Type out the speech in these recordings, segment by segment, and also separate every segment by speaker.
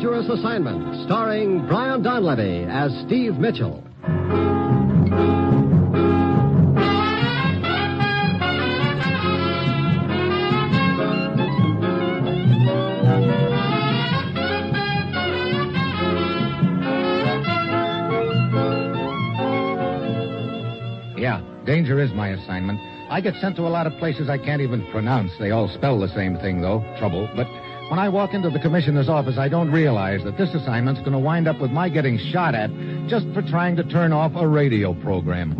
Speaker 1: Assignment, starring Brian Donlevy as Steve Mitchell.
Speaker 2: Yeah, danger is my assignment. I get sent to a lot of places I can't even pronounce. They all spell the same thing, though trouble. But when I walk into the commissioner's office, I don't realize that this assignment's going to wind up with my getting shot at just for trying to turn off a radio program.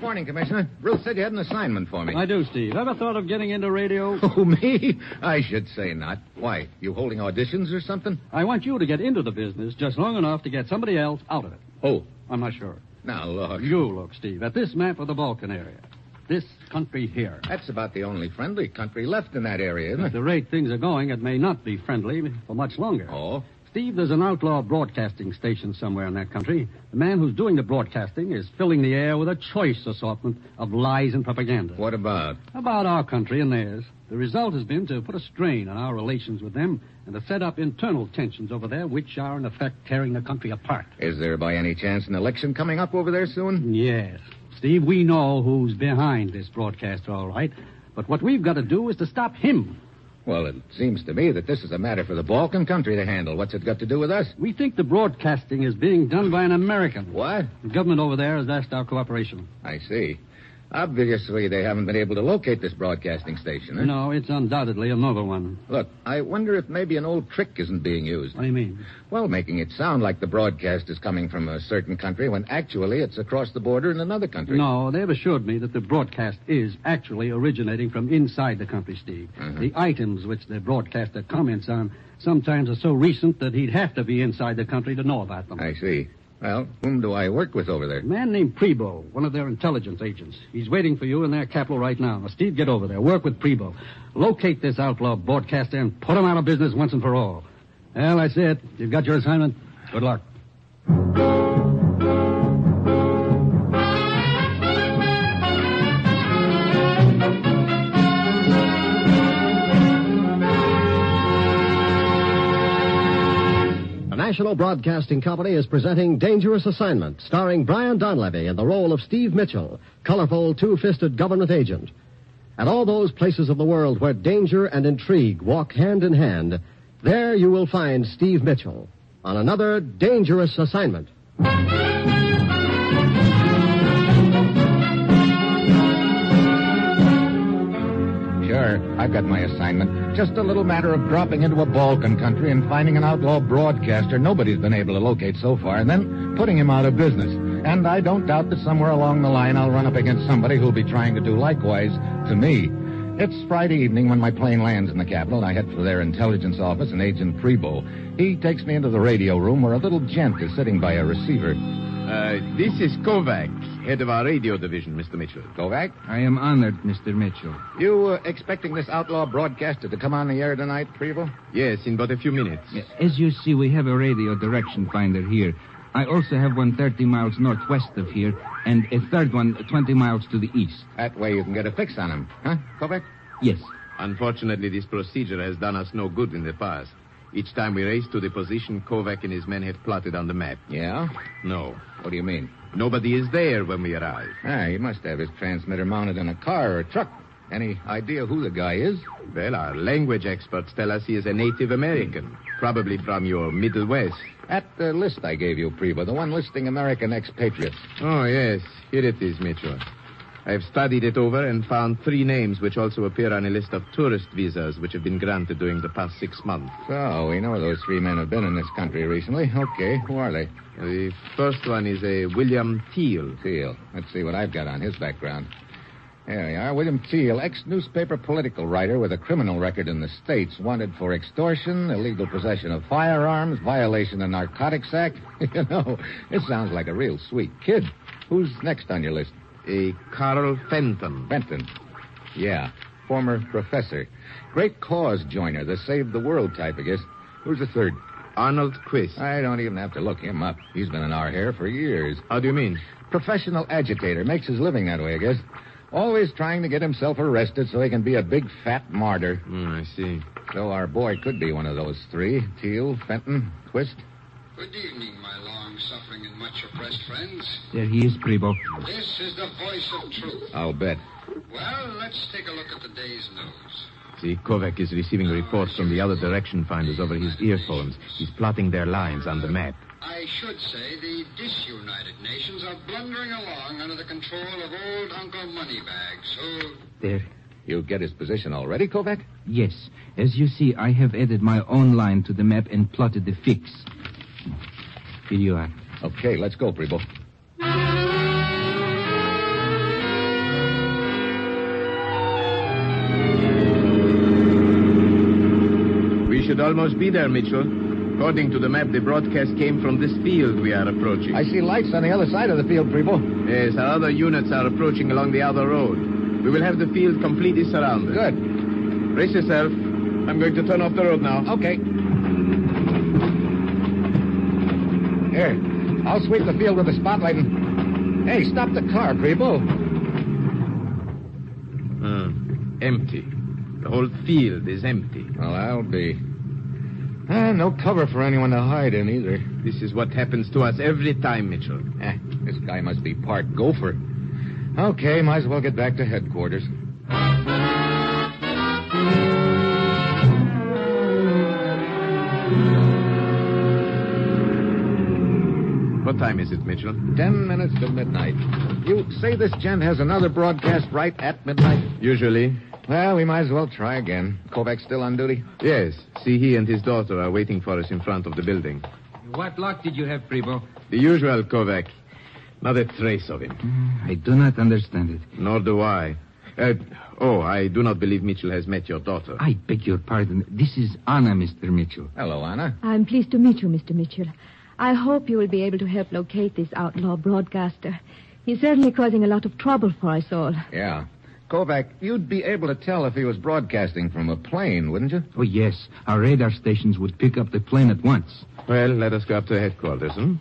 Speaker 2: Morning, Commissioner. Ruth said you had an assignment for me.
Speaker 3: I do, Steve. Ever thought of getting into radio?
Speaker 2: Oh, me? I should say not. Why? You holding auditions or something?
Speaker 3: I want you to get into the business just long enough to get somebody else out of it.
Speaker 2: Oh,
Speaker 3: I'm not sure.
Speaker 2: now look.
Speaker 3: You look, Steve, at this map of the Balkan area. This country here.
Speaker 2: That's about the only friendly country left in that area,
Speaker 3: At
Speaker 2: isn't it?
Speaker 3: the rate things are going, it may not be friendly for much longer.
Speaker 2: Oh.
Speaker 3: Steve, there's an outlaw broadcasting station somewhere in that country. The man who's doing the broadcasting is filling the air with a choice assortment of lies and propaganda.
Speaker 2: What about?
Speaker 3: About our country and theirs. The result has been to put a strain on our relations with them and to set up internal tensions over there, which are, in effect, tearing the country apart.
Speaker 2: Is there by any chance an election coming up over there soon?
Speaker 3: Yes. Steve, we know who's behind this broadcaster, all right. But what we've got to do is to stop him.
Speaker 2: Well, it seems to me that this is a matter for the Balkan country to handle. What's it got to do with us?
Speaker 3: We think the broadcasting is being done by an American.
Speaker 2: What?
Speaker 3: The government over there has asked our cooperation.
Speaker 2: I see. Obviously, they haven't been able to locate this broadcasting station. Huh?
Speaker 3: No, it's undoubtedly another one.
Speaker 2: Look, I wonder if maybe an old trick isn't being used.
Speaker 3: What do you mean?
Speaker 2: Well, making it sound like the broadcast is coming from a certain country when actually it's across the border in another country.
Speaker 3: No, they've assured me that the broadcast is actually originating from inside the country, Steve. The items which the broadcaster comments on sometimes are so recent that he'd have to be inside the country to know about them.
Speaker 2: I see. Well, whom do I work with over there?
Speaker 3: A man named Prebo, one of their intelligence agents. He's waiting for you in their capital right now. Now, Steve, get over there. Work with Prebo. Locate this outlaw broadcaster and put him out of business once and for all. Well, that's it. You've got your assignment. Good luck.
Speaker 1: The National Broadcasting Company is presenting Dangerous Assignment, starring Brian Donlevy in the role of Steve Mitchell, colorful, two fisted government agent. At all those places of the world where danger and intrigue walk hand in hand, there you will find Steve Mitchell on another Dangerous Assignment.
Speaker 2: Sure, I've got my assignment. Just a little matter of dropping into a Balkan country and finding an outlaw broadcaster nobody's been able to locate so far, and then putting him out of business. And I don't doubt that somewhere along the line I'll run up against somebody who'll be trying to do likewise to me. It's Friday evening when my plane lands in the capital, and I head for their intelligence office and Agent Prebo. He takes me into the radio room where a little gent is sitting by a receiver.
Speaker 4: Uh, this is Kovac, head of our radio division, Mr. Mitchell.
Speaker 2: Kovac,
Speaker 5: I am honored, Mr. Mitchell.
Speaker 2: you uh, expecting this outlaw broadcaster to come on the air tonight, Prebo?
Speaker 4: Yes, in but a few minutes.
Speaker 5: As you see, we have a radio direction finder here. I also have one 30 miles northwest of here, and a third one 20 miles to the east.
Speaker 2: That way you can get a fix on him, huh, Kovac?
Speaker 5: Yes.
Speaker 4: Unfortunately, this procedure has done us no good in the past. Each time we raced to the position Kovac and his men had plotted on the map.
Speaker 2: Yeah?
Speaker 4: No.
Speaker 2: What do you mean?
Speaker 4: Nobody is there when we arrive.
Speaker 2: Ah, he must have his transmitter mounted on a car or a truck. Any idea who the guy is?
Speaker 4: Well, our language experts tell us he is a Native American, probably from your Middle West.
Speaker 2: That uh, list I gave you, Prebo, the one listing American expatriates.
Speaker 4: Oh, yes. Here it is, Mitchell. I've studied it over and found three names which also appear on a list of tourist visas which have been granted during the past six months.
Speaker 2: So, we know those three men have been in this country recently. Okay, who are they?
Speaker 4: The first one is a William Teal.
Speaker 2: Teal. Let's see what I've got on his background. Here we are. William Teal, ex newspaper political writer with a criminal record in the States, wanted for extortion, illegal possession of firearms, violation of Narcotics Act. you know, this sounds like a real sweet kid. Who's next on your list?
Speaker 4: A Carl Fenton.
Speaker 2: Benton. Yeah, former professor. Great cause joiner, the save the world type, I guess. Who's the third?
Speaker 4: Arnold Quist.
Speaker 2: I don't even have to look him up. He's been in our hair for years.
Speaker 4: How do you mean?
Speaker 2: Professional agitator. Makes his living that way, I guess. Always trying to get himself arrested so he can be a big fat martyr.
Speaker 4: Hmm, I see.
Speaker 2: So our boy could be one of those three Teal, Fenton, Twist.
Speaker 6: Good evening, my long suffering and much oppressed friends.
Speaker 5: There he is, Prebo.
Speaker 6: This is the voice of truth.
Speaker 2: I'll bet.
Speaker 6: Well, let's take a look at the day's news.
Speaker 4: See, Kovac is receiving reports from the other direction finders over his earphones. He's plotting their lines on the map.
Speaker 6: I should say the disunited nations are blundering along under the control of old Uncle Moneybags, who.
Speaker 5: There.
Speaker 2: You get his position already, Kovac?
Speaker 5: Yes. As you see, I have added my own line to the map and plotted the fix. Here you are.
Speaker 2: Okay, let's go, Prebo.
Speaker 4: We should almost be there, Mitchell. According to the map, the broadcast came from this field we are approaching.
Speaker 2: I see lights on the other side of the field, Prebo.
Speaker 4: Yes, our other units are approaching along the other road. We will have the field completely surrounded.
Speaker 2: Good. Oh.
Speaker 4: Brace yourself. I'm going to turn off the road now.
Speaker 2: Okay. Here. I'll sweep the field with the spotlight and. Hey, stop the car, Prebo.
Speaker 4: Hmm, empty. The whole field is empty.
Speaker 2: Well, I'll be. Ah, no cover for anyone to hide in either.
Speaker 4: This is what happens to us every time, Mitchell.
Speaker 2: Eh, this guy must be part gopher. Okay, might as well get back to headquarters.
Speaker 4: What time is it, Mitchell?
Speaker 2: Ten minutes to midnight. You say this gent has another broadcast right at midnight?
Speaker 4: Usually.
Speaker 2: Well, we might as well try again. Kovac's still on duty?
Speaker 4: Yes. See, he and his daughter are waiting for us in front of the building.
Speaker 5: What luck did you have, Prebo?
Speaker 4: The usual, Kovac. Not a trace of him.
Speaker 5: Mm, I do not understand it.
Speaker 4: Nor do I. Uh, oh, I do not believe Mitchell has met your daughter.
Speaker 5: I beg your pardon. This is Anna, Mr. Mitchell.
Speaker 2: Hello, Anna.
Speaker 7: I'm pleased to meet you, Mr. Mitchell. I hope you will be able to help locate this outlaw broadcaster. He's certainly causing a lot of trouble for us all.
Speaker 2: Yeah. Kovac, you'd be able to tell if he was broadcasting from a plane, wouldn't you?
Speaker 5: Oh, yes. Our radar stations would pick up the plane at once.
Speaker 4: Well, let us go up to headquarters, hmm?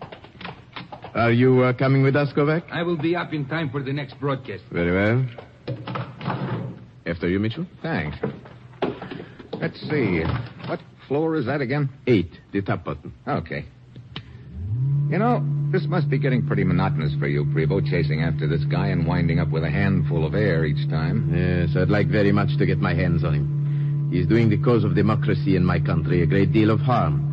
Speaker 4: Are you uh, coming with us, Kovac?
Speaker 5: I will be up in time for the next broadcast.
Speaker 4: Very well. After you, Mitchell?
Speaker 2: Thanks. Let's see. What floor is that again?
Speaker 4: Eight, the top button.
Speaker 2: Okay. You know, this must be getting pretty monotonous for you, Prebo, chasing after this guy and winding up with a handful of air each time.
Speaker 4: Yes, I'd like very much to get my hands on him. He's doing the cause of democracy in my country a great deal of harm.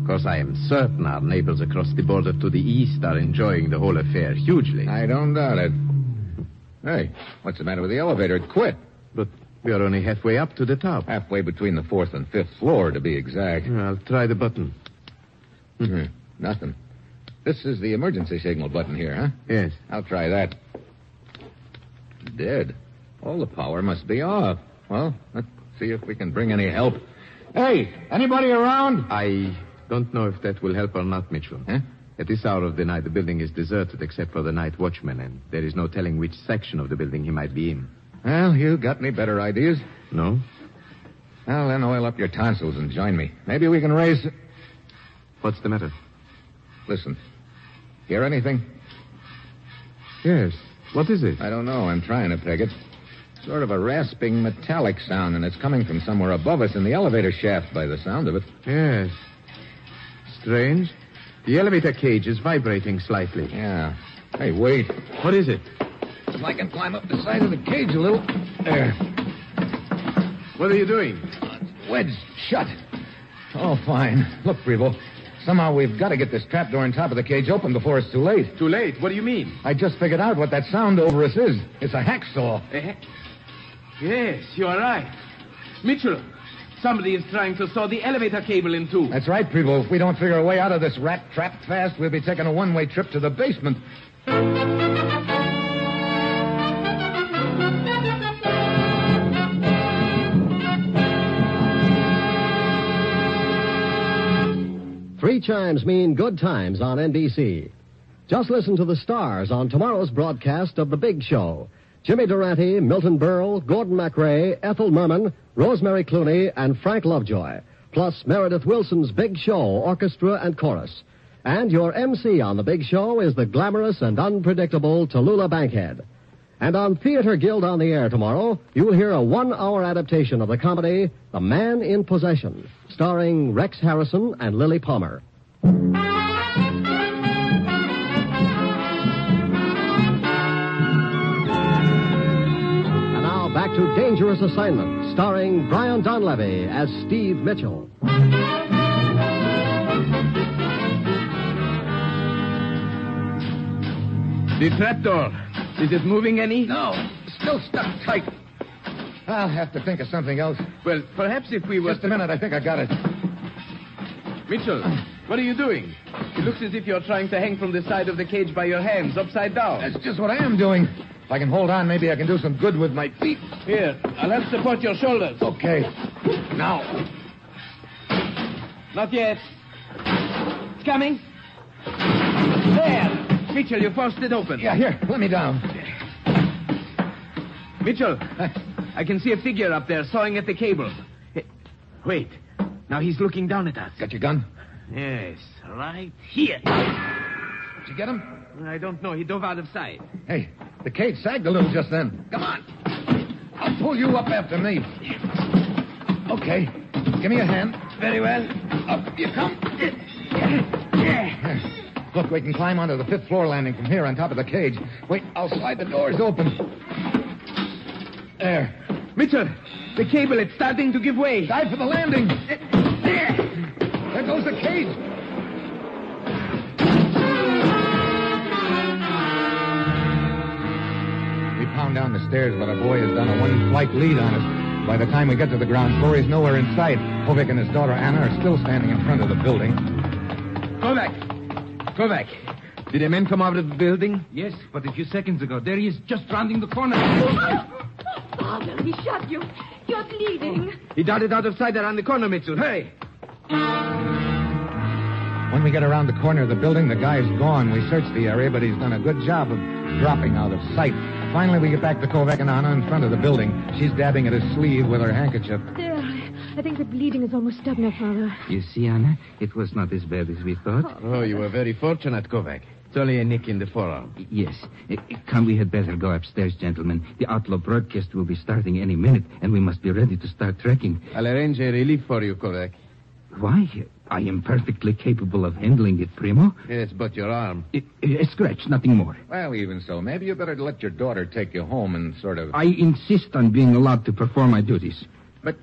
Speaker 4: Of course, I am certain our neighbors across the border to the east are enjoying the whole affair hugely.
Speaker 2: I don't doubt it. Hey, what's the matter with the elevator? It quit.
Speaker 4: But we are only halfway up to the top.
Speaker 2: Halfway between the fourth and fifth floor, to be exact.
Speaker 4: I'll try the button.
Speaker 2: Mhm. Nothing. This is the emergency signal button here, huh?
Speaker 4: Yes.
Speaker 2: I'll try that. Dead. All the power must be off. Well, let's see if we can bring any help. Hey, anybody around?
Speaker 4: I don't know if that will help or not, Mitchell.
Speaker 2: Huh?
Speaker 4: At this hour of the night, the building is deserted except for the night watchman, and there is no telling which section of the building he might be in.
Speaker 2: Well, you got any better ideas?
Speaker 4: No?
Speaker 2: Well, then oil up your tonsils and join me. Maybe we can raise.
Speaker 4: What's the matter?
Speaker 2: Listen. Hear anything?
Speaker 4: Yes. What is it?
Speaker 2: I don't know. I'm trying to peg it. Sort of a rasping metallic sound, and it's coming from somewhere above us in the elevator shaft by the sound of it.
Speaker 4: Yes. Strange. The elevator cage is vibrating slightly.
Speaker 2: Yeah. Hey, wait.
Speaker 4: What is it?
Speaker 2: If I can climb up the side of the cage a little. There.
Speaker 4: What are you doing?
Speaker 2: Wedge shut. Oh, fine. Look, Prevo. Somehow we've got to get this trapdoor on top of the cage open before it's too late.
Speaker 4: Too late. What do you mean?
Speaker 2: I just figured out what that sound over us is. It's a hacksaw.
Speaker 8: Yes, you are right. Mitchell, somebody is trying to saw the elevator cable in two.
Speaker 2: That's right, Prevo. If we don't figure a way out of this rat trap fast, we'll be taking a one way trip to the basement.
Speaker 1: Three chimes mean good times on NBC. Just listen to the stars on tomorrow's broadcast of The Big Show. Jimmy Durante, Milton Berle, Gordon McRae, Ethel Merman, Rosemary Clooney, and Frank Lovejoy, plus Meredith Wilson's Big Show, orchestra and chorus. And your MC on The Big Show is the glamorous and unpredictable Tallulah Bankhead. And on Theater Guild on the Air tomorrow, you'll hear a one hour adaptation of the comedy The Man in Possession, starring Rex Harrison and Lily Palmer. And now back to Dangerous Assignment, starring Brian Donlevy as Steve Mitchell.
Speaker 8: The trapdoor. Is it moving any?
Speaker 2: No, still stuck tight. I'll have to think of something else.
Speaker 8: Well, perhaps if we were.
Speaker 2: Just a minute, I think I got it.
Speaker 8: Mitchell, what are you doing? It looks as if you're trying to hang from the side of the cage by your hands, upside down.
Speaker 2: That's just what I am doing. If I can hold on, maybe I can do some good with my feet.
Speaker 8: Here, I'll help support your shoulders.
Speaker 2: Okay. Now.
Speaker 8: Not yet. It's coming. There. Mitchell, you forced it open.
Speaker 2: Yeah, here, let me down.
Speaker 8: Mitchell, I can see a figure up there sawing at the cable. Eh, Wait. Now he's looking down at us.
Speaker 2: Got your gun?
Speaker 8: Yes, right here.
Speaker 2: Did you get him?
Speaker 8: I don't know. He dove out of sight.
Speaker 2: Hey, the cage sagged a little just then. Come on. I'll pull you up after me. Okay. Give me a hand.
Speaker 8: Very well.
Speaker 2: Up you come. Look, we can climb onto the fifth floor landing from here on top of the cage. Wait, I'll slide the doors open. There.
Speaker 8: Mitchell, the cable, it's starting to give way.
Speaker 2: Dive for the landing. There goes the cage. We pound down the stairs, but our boy has done a one flight lead on us. By the time we get to the ground floor, he's nowhere in sight. Kovic and his daughter Anna are still standing in front of the building.
Speaker 8: Kovac. Kovac.
Speaker 4: Did the men come out of the building?
Speaker 5: Yes, but a few seconds ago. There he is, just rounding the corner.
Speaker 7: Father, he shot you. You're bleeding.
Speaker 8: He darted out of sight around the corner, Mitchell. Hurry.
Speaker 2: When we get around the corner of the building, the guy's gone. We search the area, but he's done a good job of dropping out of sight. Finally, we get back to Kovac and Anna in front of the building. She's dabbing at his sleeve with her handkerchief.
Speaker 7: There, I I think the bleeding is almost stopped now, Father.
Speaker 5: you see, Anna, it was not as bad as we thought.
Speaker 4: Oh, you were very fortunate, Kovac. It's only a nick in the forearm.
Speaker 5: Y- Yes. Uh, Come, we had better go upstairs, gentlemen. The outlaw broadcast will be starting any minute, and we must be ready to start trekking.
Speaker 4: I'll arrange a relief for you, Kovac.
Speaker 5: Why? I am perfectly capable of handling it, Primo.
Speaker 4: Yes, but your arm.
Speaker 5: I- A scratch, nothing more.
Speaker 2: Well, even so, maybe you better let your daughter take you home and sort of.
Speaker 5: I insist on being allowed to perform my duties.
Speaker 2: But,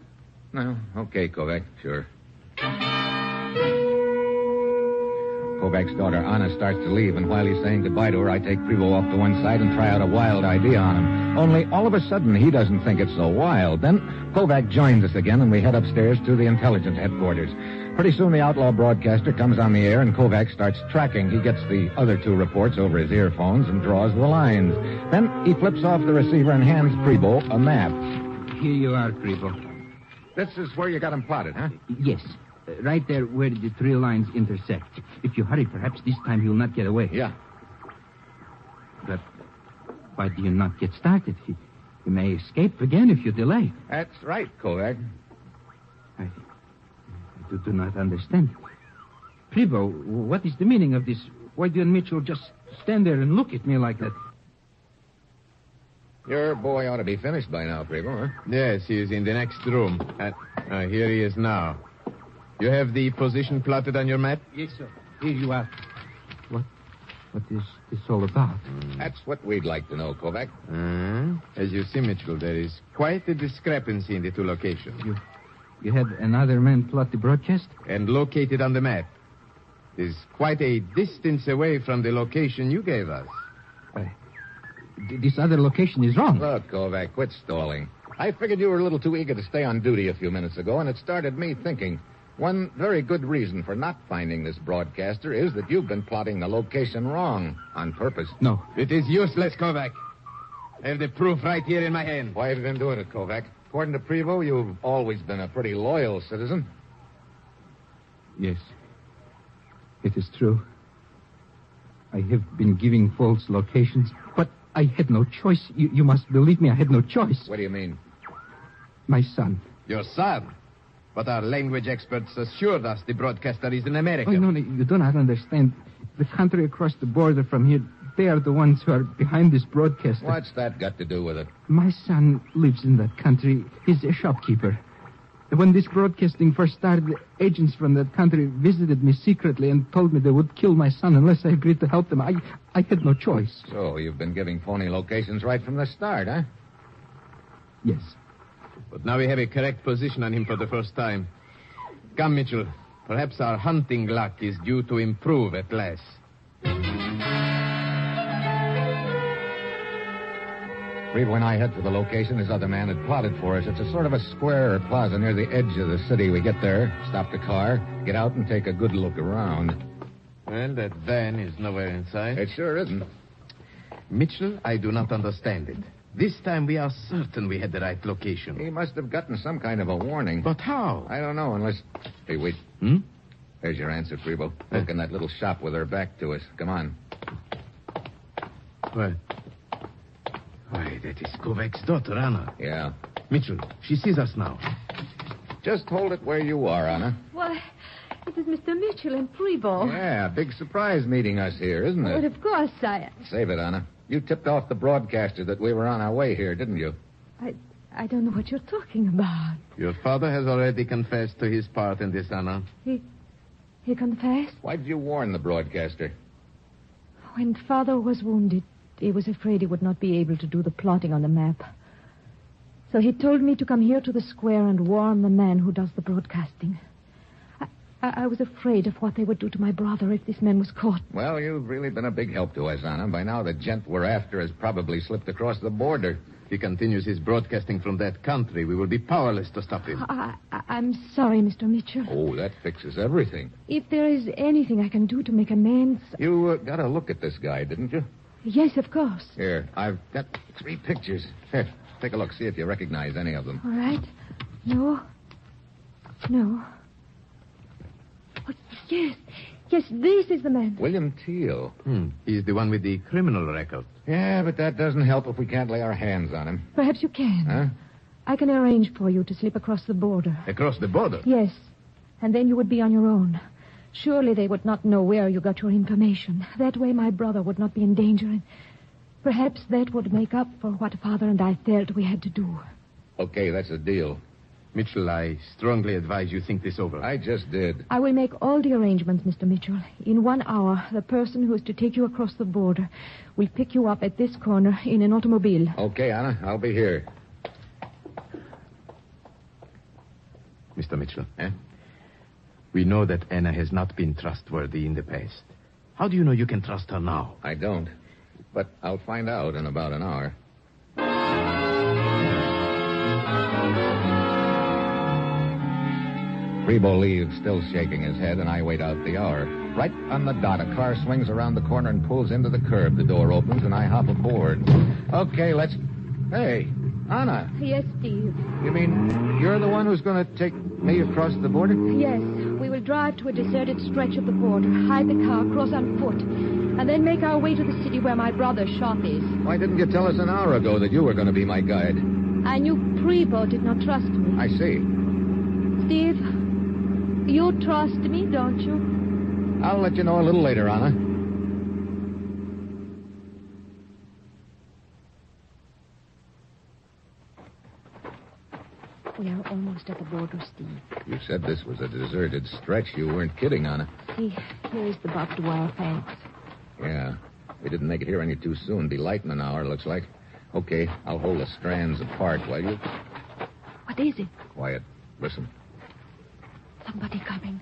Speaker 2: no, okay, Kovac, sure. Kovac's daughter Anna starts to leave, and while he's saying goodbye to her, I take Prevo off to one side and try out a wild idea on him. Only all of a sudden, he doesn't think it's so wild. Then Kovac joins us again, and we head upstairs to the intelligence headquarters. Pretty soon, the outlaw broadcaster comes on the air, and Kovac starts tracking. He gets the other two reports over his earphones and draws the lines. Then he flips off the receiver and hands Prevo a map.
Speaker 5: Here you are, Primo.
Speaker 2: This is where you got him plotted, huh?
Speaker 5: Yes. Uh, Right there where the three lines intersect. If you hurry, perhaps this time you'll not get away.
Speaker 2: Yeah.
Speaker 5: But why do you not get started? You you may escape again if you delay.
Speaker 2: That's right, Kovac.
Speaker 5: I, I do, do not understand. Pribo, what is the meaning of this? Why do you and Mitchell just stand there and look at me like that?
Speaker 2: Your boy ought to be finished by now, Prevo, huh?
Speaker 4: Yes, he is in the next room. And uh, here he is now. You have the position plotted on your map?
Speaker 8: Yes, sir. Here you are.
Speaker 5: What is this all about?
Speaker 2: That's what we'd like to know, Kovac.
Speaker 4: Uh, as you see, Mitchell, there is quite a discrepancy in the two locations.
Speaker 5: You had another man plot the broadcast?
Speaker 4: And located on the map is quite a distance away from the location you gave us.
Speaker 5: Th- this other location is wrong.
Speaker 2: Look, Kovac, quit stalling. I figured you were a little too eager to stay on duty a few minutes ago, and it started me thinking. One very good reason for not finding this broadcaster is that you've been plotting the location wrong on purpose.
Speaker 5: No,
Speaker 4: It is useless, Kovac. I have the proof right here in my hand.
Speaker 2: Why have you been doing it, Kovac? According to Prevo, you've always been a pretty loyal citizen.
Speaker 5: Yes. It is true. I have been giving false locations, but I had no choice. You, you must believe me, I had no choice.
Speaker 2: What do you mean?
Speaker 5: My son.
Speaker 4: Your son. But our language experts assured us the broadcaster is an
Speaker 5: Oh,
Speaker 4: American.
Speaker 5: no, no, you do not understand. The country across the border from here They are the ones who are behind this broadcaster.
Speaker 2: What's that got to do with it?
Speaker 5: My son lives in that country. He's a shopkeeper. When this broadcasting first started, agents from that country visited me secretly and told me they would kill my son unless I agreed to help them. I, I had no choice.
Speaker 2: So Oh, you've been giving phony locations right from the start, huh?
Speaker 5: Yes.
Speaker 4: But now we have a correct position on him for the first time. Come, Mitchell. Perhaps our hunting luck is due to improve at last.
Speaker 2: Reed, when I head for the location this other man had plotted for us, it's a sort of a square or plaza near the edge of the city. We get there, stop the car, get out, and take a good look around.
Speaker 4: Well, that van is nowhere in sight.
Speaker 2: It sure isn't.
Speaker 4: Uh, Mitchell, I do not understand it. This time we are certain we had the right location.
Speaker 2: He must have gotten some kind of a warning.
Speaker 4: But how?
Speaker 2: I don't know, unless. Hey, wait.
Speaker 4: Hmm?
Speaker 2: There's your answer, Prebo. Look in that little shop with her back to us. Come on.
Speaker 4: Well, why, that is Kovac's daughter, Anna.
Speaker 2: Yeah.
Speaker 4: Mitchell, she sees us now.
Speaker 2: Just hold it where you are, Anna.
Speaker 7: Why, it is Mr. Mitchell and Preble.
Speaker 2: Yeah, big surprise meeting us here, isn't
Speaker 7: Well,
Speaker 2: it?
Speaker 7: of course, I,
Speaker 2: Save it, Anna. You tipped off the broadcaster that we were on our way here, didn't you?
Speaker 7: I. I don't know what you're talking about.
Speaker 4: Your father has already confessed to his part in this, Anna.
Speaker 7: He confessed.
Speaker 2: Why did you warn the broadcaster?
Speaker 7: When father was wounded, he was afraid he would not be able to do the plotting on the map. So he told me to come here to the square and warn the man who does the broadcasting. I, I, I was afraid of what they would do to my brother if this man was caught.
Speaker 2: Well, you've really been a big help to us, Anna. By now, the gent we're after has probably slipped across the border.
Speaker 4: If he continues his broadcasting from that country, we will be powerless to stop him.
Speaker 7: I, I, I'm sorry, Mr. Mitchell.
Speaker 2: Oh, that fixes everything.
Speaker 7: If there is anything I can do to make amends,
Speaker 2: You uh, got a look at this guy, didn't you?
Speaker 7: yes, of course.
Speaker 2: Here, I've got three pictures. Here, take a look. See if you recognize any of them.
Speaker 7: All right. No. No. Oh, yes. Yes, this is the man.
Speaker 2: William Teal.
Speaker 4: Hmm. He's the one with the criminal record.
Speaker 2: Yeah, but that doesn't help if we can't lay our hands on him.
Speaker 7: Perhaps you can.
Speaker 2: Huh?
Speaker 7: I can arrange for you to slip across the border.
Speaker 4: Across the border?
Speaker 7: Yes. And then you would be on your own. Surely they would not know where you got your information. That way my brother would not be in danger. And perhaps that would make up for what father and I felt we had to do.
Speaker 2: Okay, that's a deal.
Speaker 4: Mitchell, I strongly advise you think this over.
Speaker 2: I just did.
Speaker 7: I will make all the arrangements, Mr. Mitchell. In one hour, the person who is to take you across the border will pick you up at this corner in an automobile.
Speaker 2: Okay, Anna, I'll be here.
Speaker 4: Mr. Mitchell, eh? We know that Anna has not been trustworthy in the past. How do you know you can trust her now?
Speaker 2: I don't. But I'll find out in about an hour. Rebo leaves, still shaking his head, and I wait out the hour. Right on the dot, a car swings around the corner and pulls into the curb. The door opens, and I hop aboard. Okay, let's. Hey, Anna,
Speaker 7: Yes, Steve.
Speaker 2: you mean you're the one who's going to take me across the border?
Speaker 7: Yes, we will drive to a deserted stretch of the border, hide the car, cross on foot, and then make our way to the city where my brother's shop is.
Speaker 2: Why didn't you tell us an hour ago that you were going to be my guide?
Speaker 7: I knew Prebo did not trust me.
Speaker 2: I see.
Speaker 7: Steve, you trust me, don't you?
Speaker 2: I'll let you know a little later, Anna.
Speaker 7: We are almost at the border, Steve.
Speaker 2: You said this was a deserted stretch. You weren't kidding, Anna.
Speaker 7: See, here is the barbed wire fence.
Speaker 2: Yeah. We didn't make it here any too soon. Be light in an hour, looks like. Okay, I'll hold the strands apart while you.
Speaker 7: What is it?
Speaker 2: Quiet. Listen.
Speaker 7: Somebody coming.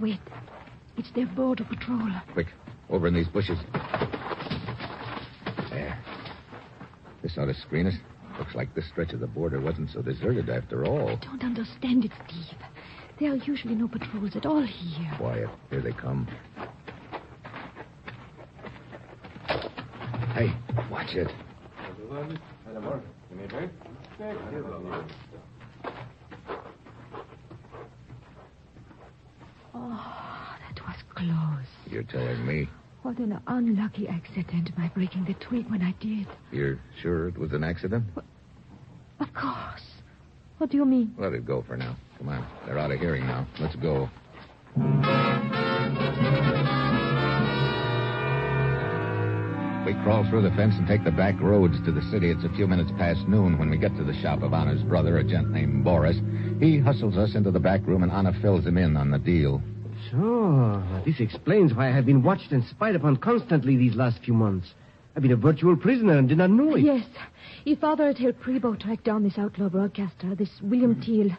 Speaker 7: Wait. It's their border patrol.
Speaker 2: Quick. Over in these bushes. There. This ought to screen us. Looks like this stretch of the border wasn't so deserted after all.
Speaker 7: Don't understand it, Steve. There are usually no patrols at all here.
Speaker 2: Quiet. Here they come. Hey, watch it.
Speaker 7: Oh, that was close.
Speaker 2: You're telling me
Speaker 7: What an unlucky accident my breaking the twig when I did.
Speaker 2: you're sure it was an accident?
Speaker 7: Of course. What do you mean?
Speaker 2: Let it go for now. Come on. They're out of hearing now. Let's go. We Crawl through the fence and take the back roads to the city. It's a few minutes past noon when we get to the shop of Anna's brother, a gent named Boris. He hustles us into the back room, and Anna fills him in on the deal.
Speaker 1: So, this explains why I have been watched and spied upon constantly these last few months. I've been a virtual prisoner and did not know it.
Speaker 7: Yes. If Father had helped Prebo track down this outlaw broadcaster, this William Teal,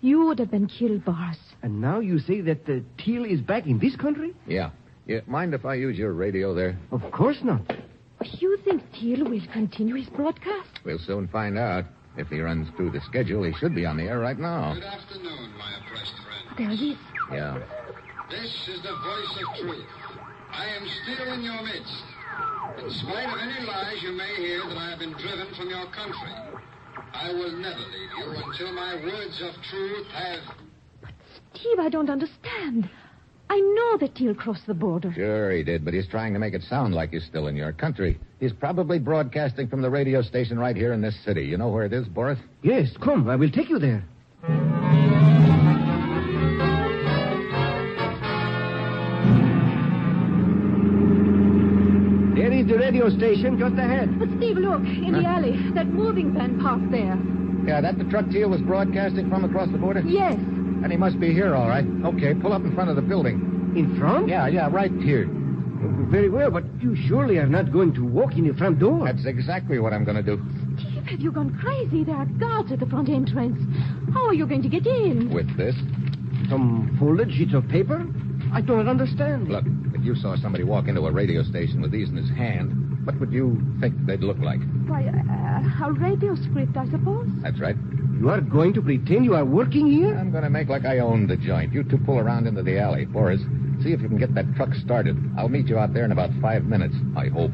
Speaker 7: you would have been killed, Boris.
Speaker 1: And now you say that the Teal is back in this country?
Speaker 2: Yeah. You mind if I use your radio there?
Speaker 1: Of course not.
Speaker 7: You think Teal will continue his broadcast?
Speaker 2: We'll soon find out. If he runs through the schedule, he should be on the air right now.
Speaker 9: Good afternoon, my oppressed friend.
Speaker 7: There he is.
Speaker 2: Yeah.
Speaker 9: This is the voice of truth. I am still in your midst. In spite of any lies you may hear that I have been driven from your country, I will never leave you until my words of truth have.
Speaker 7: Steve, I don't understand. I know that Teal crossed the border.
Speaker 2: Sure, he did, but he's trying to make it sound like he's still in your country. He's probably broadcasting from the radio station right here in this city. You know where it is, Boris?
Speaker 1: Yes, come, I will take you there. There is the radio station just ahead.
Speaker 7: But Steve, look, in the alley, that moving van parked there.
Speaker 2: Yeah, that the truck Teal was broadcasting from across the border?
Speaker 7: Yes.
Speaker 2: And he must be here, all right. Okay, pull up in front of the building.
Speaker 1: In front?
Speaker 2: Yeah, yeah, right here.
Speaker 1: Very well, but you surely are not going to walk in the front door.
Speaker 2: That's exactly what I'm going to do.
Speaker 7: Steve, have you gone crazy? There are guards at the front entrance. How are you going to get in?
Speaker 2: With this?
Speaker 1: Some folded sheets of paper? I don't understand.
Speaker 2: Look, if you saw somebody walk into a radio station with these in his hand, what would you think they'd look like?
Speaker 7: Why, uh, a radio script, I suppose.
Speaker 2: That's right.
Speaker 1: You are going to pretend you are working here?
Speaker 2: I'm going to make like I own the joint. You two pull around into the alley. Boris, see if you can get that truck started. I'll meet you out there in about five minutes, I hope.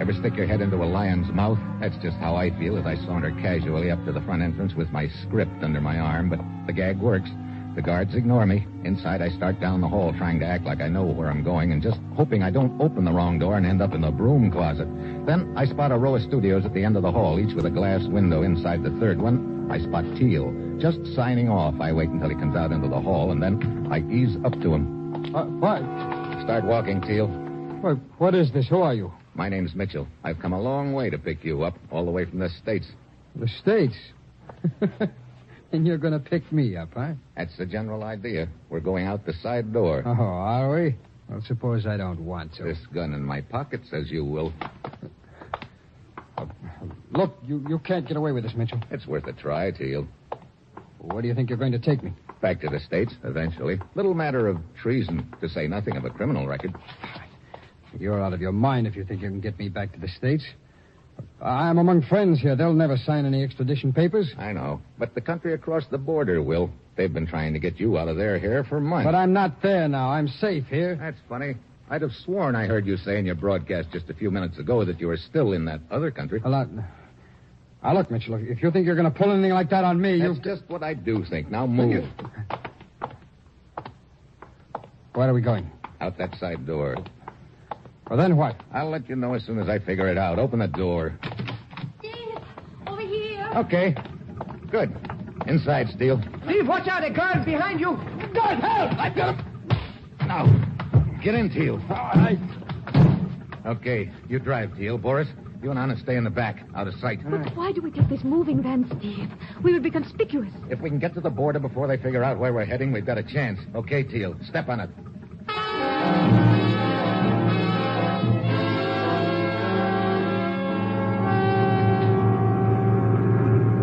Speaker 2: Ever stick your head into a lion's mouth? That's just how I feel as I saunter casually up to the front entrance with my script under my arm, but the gag works. The guards ignore me. Inside, I start down the hall trying to act like I know where I'm going and just hoping I don't open the wrong door and end up in the broom closet. Then I spot a row of studios at the end of the hall, each with a glass window inside the third one. I spot Teal. Just signing off, I wait until he comes out into the hall, and then I ease up to him.
Speaker 3: Uh, what?
Speaker 2: Start walking, Teal.
Speaker 3: What- What is this? Who are you?
Speaker 2: My name's Mitchell. I've come a long way to pick you up, all the way from the States.
Speaker 3: The States. and you're going to pick me up, huh?
Speaker 2: That's the general idea. We're going out the side door.
Speaker 3: Oh, are we? Well, suppose I don't want to.
Speaker 2: This gun in my pocket says you will.
Speaker 3: Look, you, you can't get away with this, Mitchell.
Speaker 2: It's worth a try, Teal.
Speaker 3: Where do you think you're going to take me?
Speaker 2: Back to the States, eventually. Little matter of treason, to say nothing of a criminal record.
Speaker 3: You're out of your mind if you think you can get me back to the States. I'm among friends here. They'll never sign any extradition papers.
Speaker 2: I know. But the country across the border will. They've been trying to get you out of their hair for months.
Speaker 3: But I'm not there now. I'm safe here.
Speaker 2: That's funny. I'd have sworn I heard you say in your broadcast just a few minutes ago that you were still in that other country.
Speaker 3: Well, I... Now, look, Mitchell, if you think you're going to pull anything like that on me,
Speaker 2: That's
Speaker 3: you...
Speaker 2: just what I do think. Now move.
Speaker 3: Where are we going?
Speaker 2: Out that side door.
Speaker 3: Well, then what?
Speaker 2: I'll let you know as soon as I figure it out. Open the door.
Speaker 7: Steve, over here.
Speaker 2: Okay. Good. Inside, Steele.
Speaker 1: Steve, watch out, a guard behind you!
Speaker 2: God help! I've got him. Now, get in, Teal. Okay, you drive, Teal. Boris, you and Anna stay in the back, out of sight.
Speaker 7: But why do we take this moving van, Steve? We would be conspicuous.
Speaker 2: If we can get to the border before they figure out where we're heading, we've got a chance. Okay, Teal, step on it.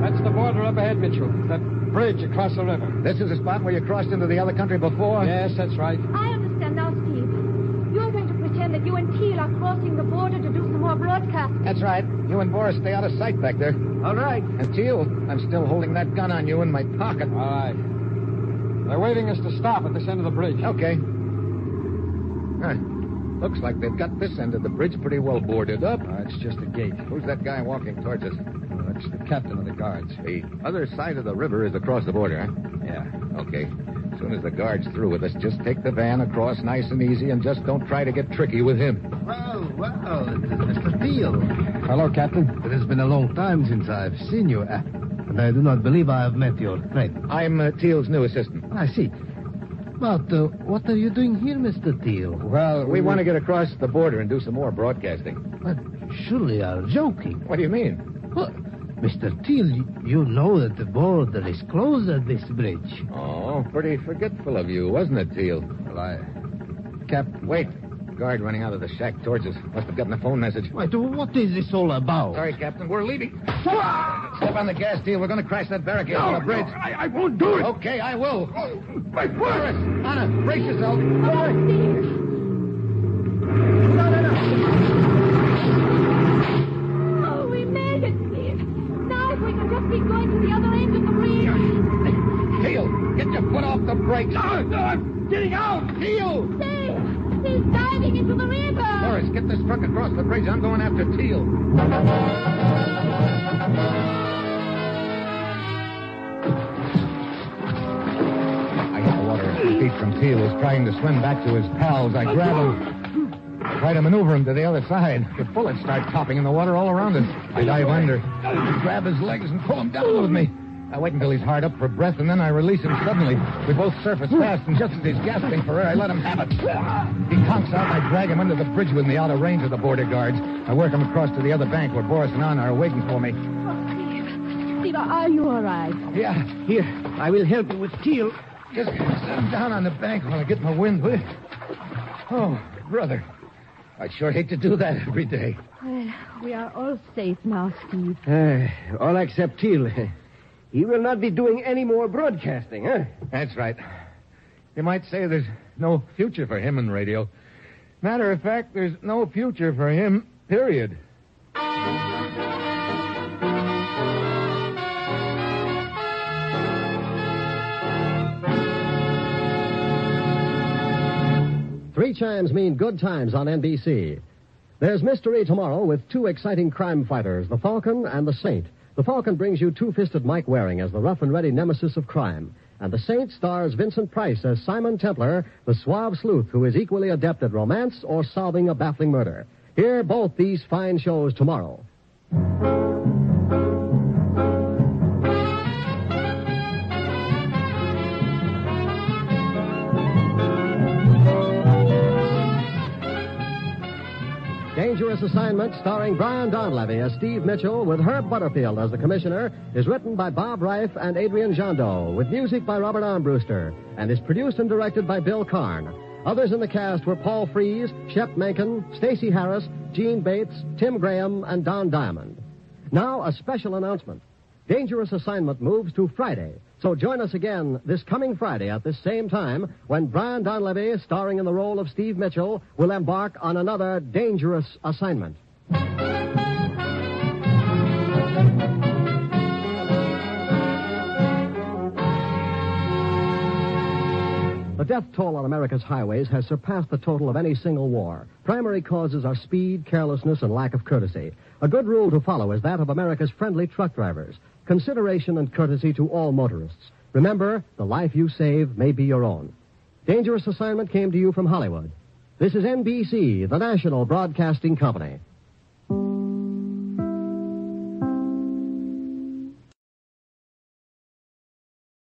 Speaker 3: That's the border up ahead, Mitchell. That bridge across the river.
Speaker 2: This is the spot where you crossed into the other country before?
Speaker 3: Yes, that's right.
Speaker 7: I understand now, Steve. You're going to pretend that you and Teal are crossing the border to do some more broadcasting.
Speaker 2: That's right. You and Boris stay out of sight back there.
Speaker 1: All right.
Speaker 2: And Teal, I'm still holding that gun on you in my pocket.
Speaker 3: All right. They're waving us to stop at this end of the bridge.
Speaker 2: Okay. Huh. Looks like they've got this end of the bridge pretty well boarded up.
Speaker 3: Uh, it's just a gate.
Speaker 2: Who's that guy walking towards us?
Speaker 3: That's the captain of the guards.
Speaker 2: The other side of the river is across the border, huh?
Speaker 3: Yeah.
Speaker 2: Okay. As soon as the guard's through with us, just take the van across nice and easy and just don't try to get tricky with him.
Speaker 10: Well, well, it is Mr. Teal.
Speaker 3: Hello, Captain.
Speaker 10: It has been a long time since I've seen you, uh, and I do not believe I have met your friend.
Speaker 2: I'm uh, Teal's new assistant.
Speaker 10: I see.
Speaker 11: But uh, what are you doing here, Mr. Teal?
Speaker 2: Well, we want to get across the border and do some more broadcasting.
Speaker 11: But surely you're joking.
Speaker 2: What do you mean?
Speaker 11: Well, Mr. Teal, y- you know that the border is closed at this bridge.
Speaker 2: Oh, pretty forgetful of you, wasn't it, Teal? Well, I. Cap. Wait. Guard running out of the shack towards us. Must have gotten a phone message.
Speaker 11: Wait, what is this all about?
Speaker 2: Sorry, Captain. We're leaving. Step on the gas, Teal. We're going to crash that barricade
Speaker 11: No,
Speaker 2: on the bridge.
Speaker 11: no,
Speaker 2: I, I won't do it. Oh, Okay, I will. My Doris! Anna, brace yourself.
Speaker 12: Oh, we made it, Steve. Now if we can just be going to the other end of the bridge.
Speaker 2: Teal, get your foot off the brake. No, no, I'm getting out. Teal!
Speaker 12: Steve, he's diving into the river.
Speaker 2: Doris, get this truck across the bridge. I'm going after Teal. I hit the water at the feet from Teal, who's trying to swim back to his pals. I grab him. Try to maneuver him to the other side. The bullets start popping in the water all around us. I dive under. Grab his legs and pull him down with me. I wait until he's hard up for breath, and then I release him suddenly. We both surface fast, and just as he's gasping for air, I let him have it. He conks out, and I drag him under the bridge with me, out of range of the border guards. I work him across to the other bank where Boris and Anna are waiting for me.
Speaker 7: Steve, are you all right?
Speaker 2: Yeah, here. I will help you with Teal. Just sit down on the bank while I get my wind, will you? Oh, brother. I'd sure hate to do that every day.
Speaker 7: Well, we are all safe now, Steve.
Speaker 13: Uh, all except Teal. He will not be doing any more broadcasting, huh?
Speaker 2: That's right. You might say there's no future for him in radio. Matter of fact, there's no future for him, period.
Speaker 1: Three chimes mean good times on NBC. There's mystery tomorrow with two exciting crime fighters, the Falcon and the Saint. The Falcon brings you two fisted Mike Waring as the rough and ready nemesis of crime. And the Saint stars Vincent Price as Simon Templar, the suave sleuth who is equally adept at romance or solving a baffling murder. Hear both these fine shows tomorrow. Dangerous Assignment, starring Brian Donlevy as Steve Mitchell, with Herb Butterfield as the commissioner, is written by Bob Reif and Adrian Jondo, with music by Robert Armbruster, and is produced and directed by Bill Carn. Others in the cast were Paul Fries, Shep Mencken, Stacy Harris, Gene Bates, Tim Graham, and Don Diamond. Now, a special announcement. Dangerous Assignment moves to Friday, so join us again this coming Friday at this same time when Brian Donlevy, starring in the role of Steve Mitchell, will embark on another dangerous assignment. The death toll on America's highways has surpassed the total of any single war. Primary causes are speed, carelessness, and lack of courtesy. A good rule to follow is that of America's friendly truck drivers consideration and courtesy to all motorists. Remember, the life you save may be your own. Dangerous Assignment came to you from Hollywood. This is NBC, the national broadcasting company.